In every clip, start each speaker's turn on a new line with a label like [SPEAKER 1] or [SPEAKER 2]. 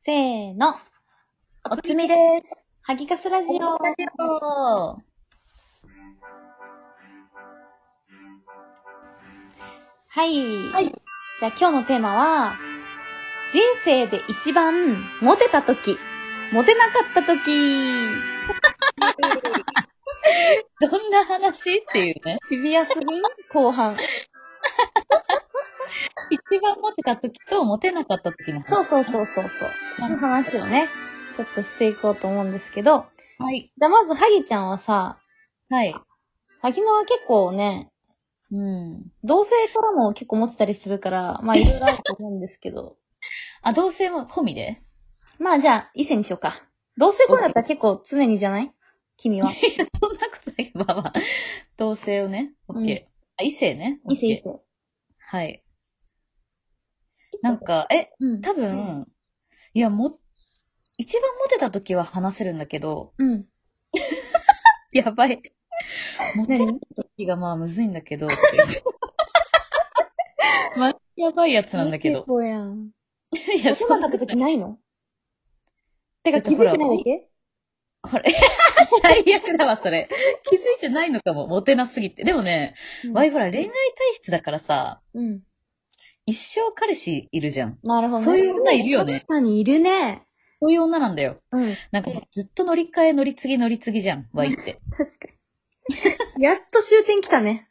[SPEAKER 1] せーの。おつみです。ハギカスラジオ。はい。
[SPEAKER 2] はい。
[SPEAKER 1] じゃあ今日のテーマは、人生で一番モテた時、モテなかった時。
[SPEAKER 2] どんな話っていうね。
[SPEAKER 1] シビアすぎん後半。
[SPEAKER 2] 一番モテた時とモテなかった時の話。
[SPEAKER 1] そうそうそうそうそう。の話をね、ちょっとしていこうと思うんですけど、
[SPEAKER 2] はい。
[SPEAKER 1] じゃあまずハギちゃんはさ、
[SPEAKER 2] はい。
[SPEAKER 1] ハギノは結構ね、
[SPEAKER 2] うん。
[SPEAKER 1] 同性からも結構持ってたりするから、まあいろいろあると思うんですけど。
[SPEAKER 2] あ、同性も込みで
[SPEAKER 1] まあじゃあ、異性にしようか。同性婚だったら結構常にじゃ ない君は。
[SPEAKER 2] そんなことないばば。同性をね。オッケー。
[SPEAKER 1] うん
[SPEAKER 2] あ、異性ね。
[SPEAKER 1] 異性異
[SPEAKER 2] OK
[SPEAKER 1] 性。
[SPEAKER 2] はい。なん、か、え、
[SPEAKER 1] うん。
[SPEAKER 2] 多分、いや、も、一番モテた時は話せるんだけど、
[SPEAKER 1] うん。
[SPEAKER 2] やばい。モテる
[SPEAKER 1] 何
[SPEAKER 2] 時がまあむずいんだけど、っていうまあ、やばいやつなんだけど。
[SPEAKER 1] そうやん。
[SPEAKER 2] い
[SPEAKER 1] お世話
[SPEAKER 2] ん
[SPEAKER 1] に
[SPEAKER 2] な
[SPEAKER 1] なった
[SPEAKER 2] こと
[SPEAKER 1] 時ないのて
[SPEAKER 2] だ
[SPEAKER 1] か
[SPEAKER 2] って
[SPEAKER 1] 気づい
[SPEAKER 2] ほら
[SPEAKER 1] てないだけ
[SPEAKER 2] これ、最悪だわ、それ。気づいてないのかも、モテなすぎて。でもね、わいほら、恋愛体質だからさ、
[SPEAKER 1] うん。
[SPEAKER 2] 一生彼氏いるじゃん。
[SPEAKER 1] なるほどね。
[SPEAKER 2] そういう女いるよね
[SPEAKER 1] 確かにいるね。
[SPEAKER 2] そういう女なんだよ。
[SPEAKER 1] うん。
[SPEAKER 2] なんかもうずっと乗り換え乗り継ぎ乗り継ぎじゃん、わいって。
[SPEAKER 1] 確かに。 やっと終点来たね。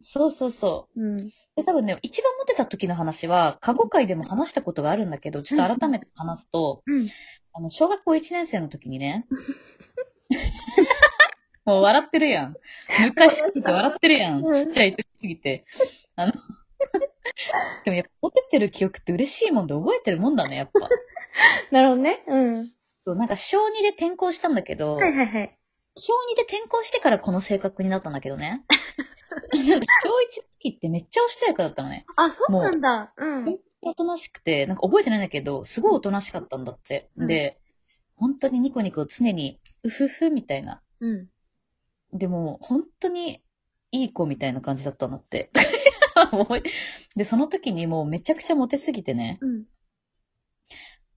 [SPEAKER 2] そうそうそ
[SPEAKER 1] うん。
[SPEAKER 2] う。で、多分ね、一番モテた時の話は、過去回でも話したことがあるんだけど、ちょっと改めて話すと、
[SPEAKER 1] うん。
[SPEAKER 2] あの、小学校1年生の時にね、 もう笑ってるやん。昔って笑ってるやん。
[SPEAKER 1] うん
[SPEAKER 2] ちっちゃい時すぎて。あの、 でもやっぱ、モテてる記憶って嬉しいもんで覚えてるもんだね、やっぱ。
[SPEAKER 1] なるほどね。うん。
[SPEAKER 2] そうなんか、小2で転校したんだけど、
[SPEAKER 1] はいはい。
[SPEAKER 2] 小2で転校してからこの性格になったんだけ どね。なんか小1の時ってめっちゃおしとやかだったのね。
[SPEAKER 1] あ、そうなんだ。うん。
[SPEAKER 2] おとなしくて、なんか覚えてないんだけど、すごいおとなしかったんだって。
[SPEAKER 1] うん
[SPEAKER 2] で、本当にニコニコ常に、うふふみたいな。
[SPEAKER 1] うん。
[SPEAKER 2] でも、本当にいい子みたいな感じだったんだって。 もうで、その時にもうめちゃくちゃモテすぎてね、
[SPEAKER 1] うん。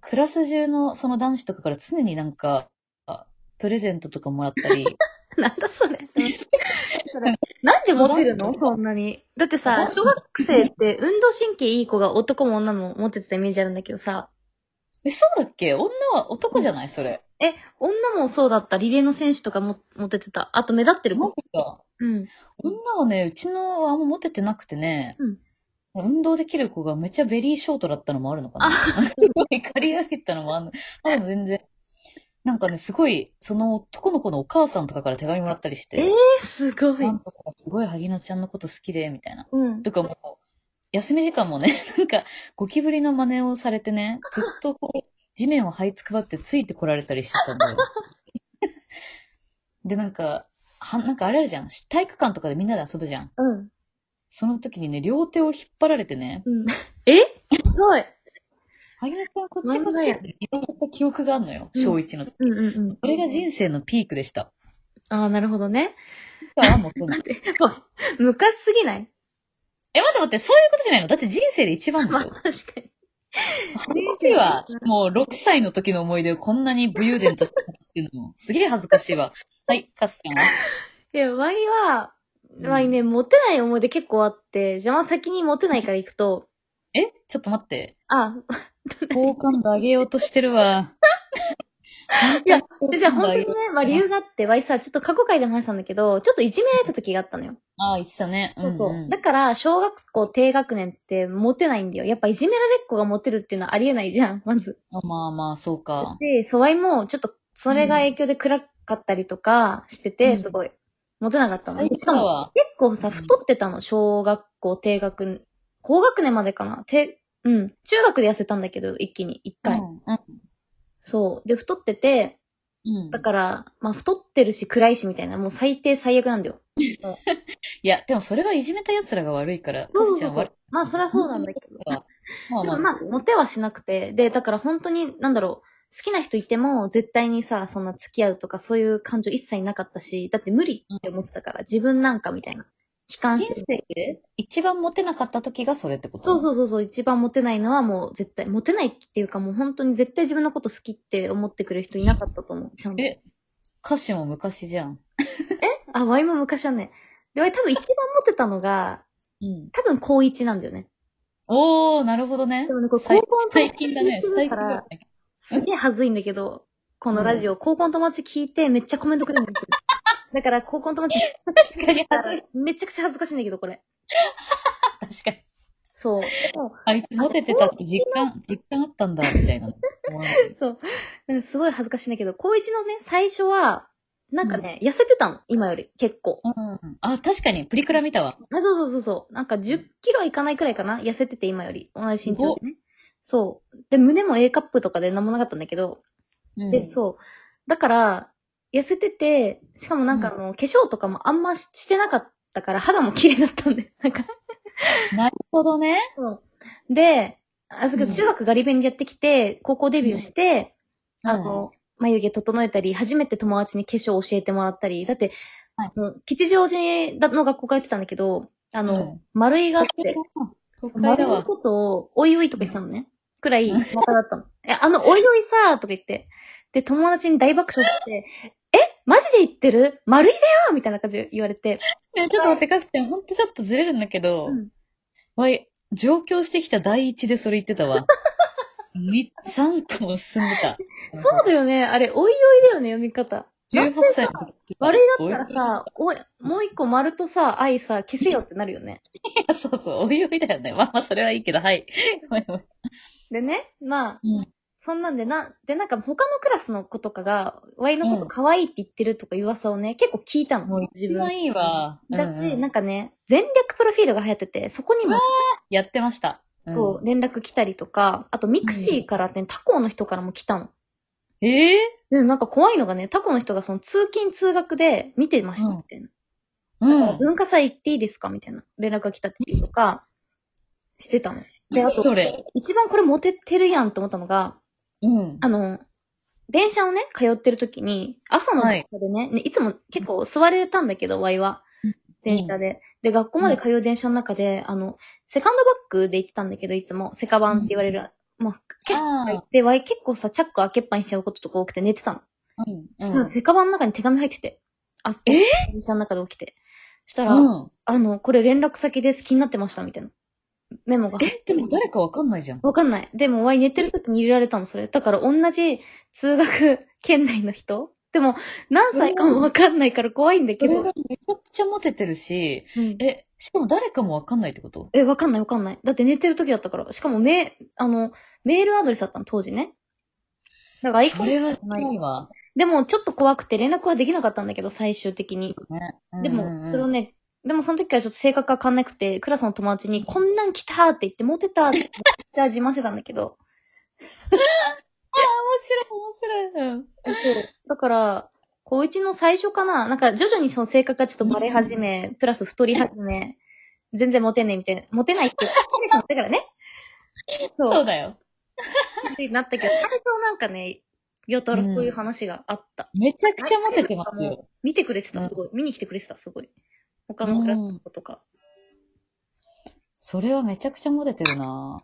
[SPEAKER 2] クラス中のその男子とかから常になんか、あプレゼントとかもらったり、
[SPEAKER 1] なんだそれ。なんでモテるの
[SPEAKER 2] 男子
[SPEAKER 1] そんなに。だってさ、
[SPEAKER 2] 男子
[SPEAKER 1] 小学生って運動神経いい子が男も女もモテてたイメージあるんだけどさ、
[SPEAKER 2] え、そうだっけ女は男じゃないそれ。
[SPEAKER 1] え、女もそうだった。リレーの選手とかもモテてた。あと目立ってる
[SPEAKER 2] マ
[SPEAKER 1] 子
[SPEAKER 2] ジ。か。
[SPEAKER 1] うん。
[SPEAKER 2] 女はね、うちのはあんまモテてなくてね、
[SPEAKER 1] うん
[SPEAKER 2] 運動できる子がめっちゃベリーショートだったのもあるのかな。 すごい刈り上げたのもあるの。あでも全然。なんかね、すごい、その男の子のお母さんとかから手紙もらったりして。
[SPEAKER 1] えーすご
[SPEAKER 2] なんとかすごい萩野ちゃんのこと好きで、みたいな。
[SPEAKER 1] うん。
[SPEAKER 2] とかもう、休み時間もね、 なんか、ゴキブリの真似をされてね、ずっとこう、地面を這いつくばってついてこられたりしてたんだよ。 で、なんか、は、なんかあれあるじゃん。体育館とかでみんなで遊ぶじゃん。
[SPEAKER 1] うん。
[SPEAKER 2] その時にね、両手を引っ張られてね、
[SPEAKER 1] うん。えすごい。
[SPEAKER 2] 萩野ちゃんこっちこっちって言われた記憶があるのよ、
[SPEAKER 1] うん
[SPEAKER 2] 小一の時。
[SPEAKER 1] うんうんうん。
[SPEAKER 2] これが人生のピークでした。
[SPEAKER 1] ああ、なるほどね。
[SPEAKER 2] だからもうそうなの
[SPEAKER 1] 待って、やっぱ、昔すぎない
[SPEAKER 2] え、待って待って、そういうことじゃないのだって人生で一番でし
[SPEAKER 1] まあ、
[SPEAKER 2] ょ
[SPEAKER 1] 確かに。
[SPEAKER 2] 私は、もう6歳の時の思い出をこんなに武勇伝と語っていう のも、すげえ恥ずかしいわ。はい、カスちゃんは。
[SPEAKER 1] いや、ワイは、
[SPEAKER 2] うん
[SPEAKER 1] ワイね、モテない思い出結構あって、じゃあまあ先にモテないから行くと、
[SPEAKER 2] えちょっと待って。
[SPEAKER 1] あ、
[SPEAKER 2] 好感度上げようとしてるわ。
[SPEAKER 1] いや、先生、本当にね、まあ理由があって、ワイさ、ちょっと過去回でも話したんだけど、ちょっといじめられた時があったのよ。
[SPEAKER 2] ああ、言ってたね。うん、
[SPEAKER 1] そう
[SPEAKER 2] う
[SPEAKER 1] そ
[SPEAKER 2] ん
[SPEAKER 1] う。だから、小学校低学年ってモテないんだよ。やっぱいじめられっ子がモテるっていうのはありえないじゃん、 まず。
[SPEAKER 2] あまあまあ、そうか。
[SPEAKER 1] で、ソワイも、ちょっと、それが影響で暗かったりとかしてて、
[SPEAKER 2] うん
[SPEAKER 1] すごい、モテなかったの。
[SPEAKER 2] 最初
[SPEAKER 1] しかも、
[SPEAKER 2] は、
[SPEAKER 1] 結構
[SPEAKER 2] う
[SPEAKER 1] さ、
[SPEAKER 2] ん
[SPEAKER 1] 太ってたの、小学校低学年、高学年までかな。て、うん。中学で痩せたんだけど、一気に、一回。
[SPEAKER 2] うんうん
[SPEAKER 1] そう。で、太ってて、
[SPEAKER 2] うん
[SPEAKER 1] だから、まあ、太ってるし暗いしみたいな、もう最低最悪なんだよ。
[SPEAKER 2] いや、でもそれはいじめた奴らが悪いから、カスちゃんは悪い
[SPEAKER 1] まあ、そりゃそうなんだけど。
[SPEAKER 2] から。まあ
[SPEAKER 1] でも
[SPEAKER 2] まあ、
[SPEAKER 1] まあ、モテはしなくて、で、だから本当に、なんだろう、好きな人いても、絶対にさ、そんな付き合うとか、そういう感情一切なかったし、だって無理って思ってたから、自分なんかみたいな。悲観し
[SPEAKER 2] 人
[SPEAKER 1] てる。
[SPEAKER 2] 生で一番モテなかった時がそれってこと
[SPEAKER 1] そう
[SPEAKER 2] う。
[SPEAKER 1] そうそうそう、一番モテないのはもう絶対、モテないっていうかもう本当に絶対自分のこと好きって思ってくれる人いなかったと思う。ちゃんと。
[SPEAKER 2] え歌詞も昔じゃん。
[SPEAKER 1] あ、ワイも昔はね。で、ワイ多分一番モテたのが、
[SPEAKER 2] うん。
[SPEAKER 1] 多分高一なんだよね。
[SPEAKER 2] おー、なるほどね
[SPEAKER 1] で。もね、これ
[SPEAKER 2] 最
[SPEAKER 1] 高校の
[SPEAKER 2] 最近だね。
[SPEAKER 1] す
[SPEAKER 2] 最
[SPEAKER 1] る
[SPEAKER 2] 近
[SPEAKER 1] か
[SPEAKER 2] だ
[SPEAKER 1] ら、
[SPEAKER 2] ね。
[SPEAKER 1] すげえ恥ずいんだけど、このラジオ、高校の友達聞いてめっちゃコメントくれるん ですよ。だから高校の友達めっちゃ
[SPEAKER 2] 確かに恥ずい。
[SPEAKER 1] めちゃくちゃ恥ずかしいんだけど、これ。
[SPEAKER 2] 確かに。
[SPEAKER 1] そう。
[SPEAKER 2] あいつモテてたって実感、実感あったんだ、みたいな。
[SPEAKER 1] そう。うんすごい恥ずかしいんだけど、高一のね、最初は、なんかね、痩せてたの、今より、結構。
[SPEAKER 2] うん。あ、確かに、プリクラ見たわ。
[SPEAKER 1] あ、そうそうそうそう。なんか10キロいかないくらいかな痩せてて、今より。同じ身長でね。そう。で、胸も A カップとかでなんもなかったんだけど、
[SPEAKER 2] うん
[SPEAKER 1] で、そう。だから、痩せてて、しかもなんかあの、化粧とかもあんまししてなかったから、肌も綺麗だったんで、 なんか。
[SPEAKER 2] なるほどね。
[SPEAKER 1] そう。で、あ、そうけど
[SPEAKER 2] うん
[SPEAKER 1] 中学ガリ勉でやってきて、高校デビューして、あの、眉毛整えたり、初めて友達に化粧教えてもらったり、だって、
[SPEAKER 2] はい
[SPEAKER 1] あの吉祥寺の学校通ってたんだけど、あの、
[SPEAKER 2] うん
[SPEAKER 1] 丸いがあっ
[SPEAKER 2] 東
[SPEAKER 1] て、
[SPEAKER 2] 海
[SPEAKER 1] 丸
[SPEAKER 2] だ
[SPEAKER 1] いの
[SPEAKER 2] わ。
[SPEAKER 1] ことを、おいおいとか言ってたのね。くらい、まただったの。え、あの、おいおいさーとか言って。で、友達に大爆笑して、えマジで言ってる丸いだよみたいな感じで言われて。
[SPEAKER 2] ねちょっと待って、かすちゃん、ほんとちょっとずれるんだけど、
[SPEAKER 1] うん
[SPEAKER 2] わい、上京してきた第一でそれ言ってたわ。み3個も進んでた。
[SPEAKER 1] そうだよね。あれ、おいおいだよね、読み方。
[SPEAKER 2] 18歳の時。
[SPEAKER 1] 丸いだったらさ、おい、もう一個丸とさ、愛さ、消せよってなるよね。
[SPEAKER 2] おいおいそうそう、おいおいだよね。まあまあ、それはいいけど、はい。ごめんごめん
[SPEAKER 1] でね、まあ、
[SPEAKER 2] うん
[SPEAKER 1] そんなんでな、で、なんか他のクラスの子とかが、ワイのこと可愛いって言ってるとか噂をね、結構聞いた
[SPEAKER 2] もう
[SPEAKER 1] の、自
[SPEAKER 2] 一
[SPEAKER 1] 分。
[SPEAKER 2] 番いいわ。
[SPEAKER 1] だっ
[SPEAKER 2] うんう
[SPEAKER 1] て、
[SPEAKER 2] ん
[SPEAKER 1] なんかね、全略プロフィールが流行ってて、そこにも
[SPEAKER 2] やってました。ん
[SPEAKER 1] そう、。連絡来たりとか、あとミクシーからね、他校の人からも来たの。
[SPEAKER 2] ええ
[SPEAKER 1] で、なんか怖いのがね、他校の人がその通勤通学で見てましたみたいな。
[SPEAKER 2] うん。
[SPEAKER 1] 文化祭行っていいですかみたいな連絡が来たっていうとか、してたの。で、あと、
[SPEAKER 2] それ。
[SPEAKER 1] 一番これモテてるやんと思ったのが、
[SPEAKER 2] うん。
[SPEAKER 1] あの、電車をね、通ってる時に、朝の電車でね、い、ねいつも結構座れたんだけど、ワイは。電車で。で、学校まで通う電車の中で、あの、セカンドバッグで行ってたんだけど、いつも、セカバンって言われる。まあ、結構入って、ワイ結構さ、チャック開けっぱにしちゃうこととか多くて寝てたの。
[SPEAKER 2] うん。
[SPEAKER 1] そしたら、セカバンの中に手紙入ってて。あ、
[SPEAKER 2] え
[SPEAKER 1] 電車の中で起きて。そしたら、
[SPEAKER 2] うん。
[SPEAKER 1] あの、これ連絡先です、気になってました、みたいな。メモが。
[SPEAKER 2] え、でも誰かわかんないじゃん。
[SPEAKER 1] わかんない。でも、ワイ寝てる時に入れられたの、それ。だから、同じ通学 圏内の人でも、何歳かもわかんないから怖いんだ
[SPEAKER 2] そ
[SPEAKER 1] け
[SPEAKER 2] れ
[SPEAKER 1] ど。
[SPEAKER 2] がめちゃくちゃモテてるし、
[SPEAKER 1] うん
[SPEAKER 2] え、しかも誰かもわかんないってこと
[SPEAKER 1] え、わかんないわかんない。だって寝てる時だったから。しかも、め、あの、メールアドレスだったの、当時ね。だから、アイコ
[SPEAKER 2] そ
[SPEAKER 1] ン。
[SPEAKER 2] れはないわ。
[SPEAKER 1] でも、ちょっと怖くて連絡はできなかったんだけど、最終的に。
[SPEAKER 2] ね
[SPEAKER 1] で
[SPEAKER 2] うんうんう
[SPEAKER 1] も、
[SPEAKER 2] ん
[SPEAKER 1] それをね、でもその時からちょっと性格が変わんなくて、クラスの友達に、こんなん来たって言って、モテたって、めちゃくちゃ自慢してたんだけど。
[SPEAKER 2] 面白い、面白い。うん
[SPEAKER 1] そうだから、高一の最初かななんか徐々にその性格がちょっとバレ始め、プラス太り始め、全然モテねえみたいな、モテないって言ってしまったからね。そう、
[SPEAKER 2] そうだよ。
[SPEAKER 1] ってなったけど、最初はなんかね、よとらそういう話があった。
[SPEAKER 2] めちゃくちゃモテてますよ。
[SPEAKER 1] 見てくれて
[SPEAKER 2] うん
[SPEAKER 1] た、すごい。見に来てくれてた、すごい。他のクラスの子とか。
[SPEAKER 2] それはめちゃくちゃモテてるな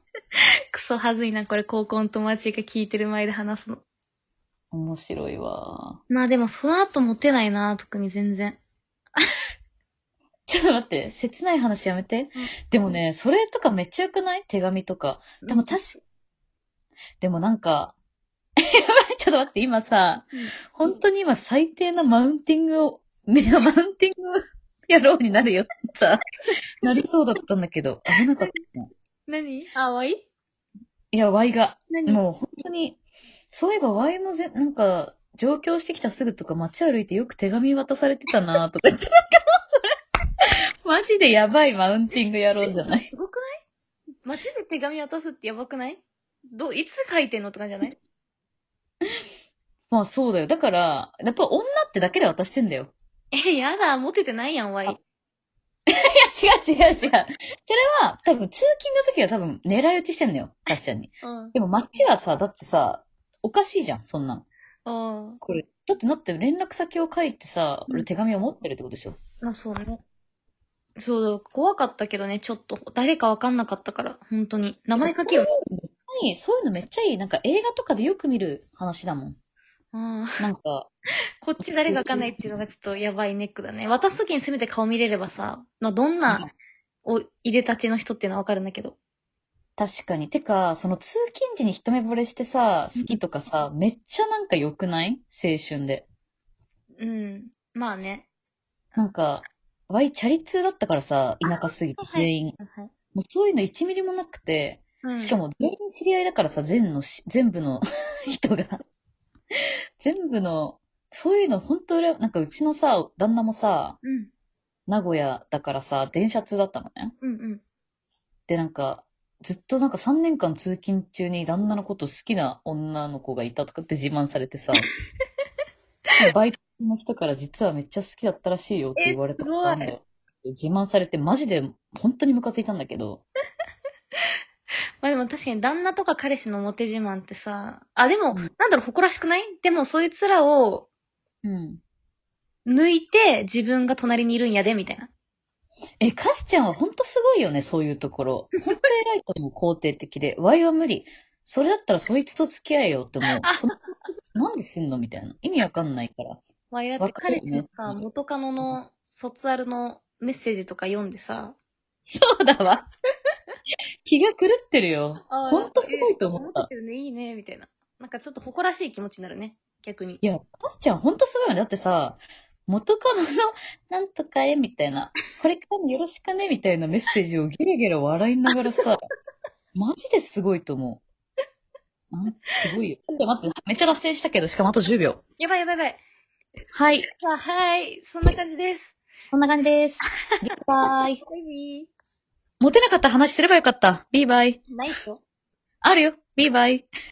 [SPEAKER 1] クソはずいな、これ高校の友達が聞いてる前で話すの。
[SPEAKER 2] 面白いわ
[SPEAKER 1] まあでもその後モテないな、特に全然。
[SPEAKER 2] ちょっと待って、切ない話やめて。でもね、それとかめっちゃよくない手紙とか。でも確か、でもなんか、 やばい、ちょっと待って、今さ、本当に今最低なマウンティングを、ね マウンティングやろうになるよ、さ、なりそうだったんだけど、危なかったな。
[SPEAKER 1] 何あ、わい
[SPEAKER 2] いや、ワイが。
[SPEAKER 1] 何
[SPEAKER 2] もう本当に、そういえばワイもぜ、なんか、上京してきたすぐとか街歩いてよく手紙渡されてたな とか言って、なんかもうそれ、マジでやばいマウンティングやろうじゃない。
[SPEAKER 1] すごくない街で手紙渡すってやばくないど、いつ書いてんのとかじゃない
[SPEAKER 2] まあそうだよ。だから、やっぱ女ってだけで渡してんだよ。
[SPEAKER 1] え、やだ、モテてないやん、わい。
[SPEAKER 2] いや、違う違う違う。それは、多分通勤の時は多分狙い撃ちしてんのよ。確かに。
[SPEAKER 1] うん。
[SPEAKER 2] でも街はさ、だってさ、おかしいじゃん、そんなん。
[SPEAKER 1] うん。
[SPEAKER 2] これ。だって、だって連絡先を書いてさ、
[SPEAKER 1] うん
[SPEAKER 2] 手紙を持ってるってことでしょ。
[SPEAKER 1] まあそうね。そう、怖かったけどね、ちょっと。誰かわかんなかったから、本当に。名前書けよ。
[SPEAKER 2] 何そういうのめっちゃいい。なんか映画とかでよく見る話だもん。
[SPEAKER 1] うん。
[SPEAKER 2] なんか、
[SPEAKER 1] こっち誰かわかんないっていうのがちょっとやばいネックだね。渡すときにせめて顔見れればさ、まあ、どんな、お、入れたちの人っていうのはわかるんだけど。
[SPEAKER 2] 確かに。てか、その通勤時に一目惚れしてさ、好きとかさ、めっちゃなんか良くない青春で。
[SPEAKER 1] うん。まあね。
[SPEAKER 2] なんか、ワイチャリ通だったからさ、田舎すぎて
[SPEAKER 1] あはい
[SPEAKER 2] 全員。
[SPEAKER 1] はい。
[SPEAKER 2] もうそういうの1ミリもなくて、
[SPEAKER 1] うん。
[SPEAKER 2] しかも全員知り合いだからさ、全のし、全部の 人が。全部の、そういうの本当俺、なんかうちのさ、旦那もさ、
[SPEAKER 1] うん。
[SPEAKER 2] 名古屋だからさ、電車通だったのね。
[SPEAKER 1] うんうん。
[SPEAKER 2] で、なんか、ずっとなんか3年間通勤中に旦那のこと好きな女の子がいたとかって自慢され てさ、バイトの人から実はめっちゃ好きだったらしいよって言われたことあるんだよ。自慢されてマジで本当にムカついたんだけど、
[SPEAKER 1] まあでも確かに旦那とか彼氏のモテ自慢ってさ、あ、でも、
[SPEAKER 2] うん
[SPEAKER 1] なんだろう、誇らしくないでもそいつらを
[SPEAKER 2] うん。
[SPEAKER 1] 抜いて自分が隣にいるんやで、みたいな。
[SPEAKER 2] え、カスちゃんは本当すごいよね、そういうところ。本当偉いと思う、肯定的で。ワイは無理。それだったらそいつと付き合えよって思う。そんななんですんのみたいな。意味わかんないから。
[SPEAKER 1] わいだって
[SPEAKER 2] わか
[SPEAKER 1] 彼
[SPEAKER 2] るよね
[SPEAKER 1] 氏のさ、元カノの卒アルのメッセージとか読んでさ、
[SPEAKER 2] そうだわ。気が狂ってるよ。
[SPEAKER 1] あ
[SPEAKER 2] ーほんとすごいと思った
[SPEAKER 1] 思ってるね、いいね、みたいな。なんかちょっと誇らしい気持ちになるね、逆に。
[SPEAKER 2] いや、カスちゃんほんとすごいよね。だってさ、元カノの、なんとかえ、みたいな、これからもよろしくね、みたいなメッセージをゲラゲラ笑いながら さ、マジですごいと思う。なんすごいよ。ちょっと待って、めっちゃ脱線したけど、しかもあと10秒。
[SPEAKER 1] やばいやばいやばい。
[SPEAKER 2] はい。
[SPEAKER 1] さあ、はい、そんな感じです。
[SPEAKER 2] こんな感じ です。ビーバ
[SPEAKER 1] バ
[SPEAKER 2] イ。
[SPEAKER 1] イビ
[SPEAKER 2] モテなかった話すればよかった。ビーバイ。
[SPEAKER 1] ー。ないっしょ
[SPEAKER 2] あるよ。ビーバイ。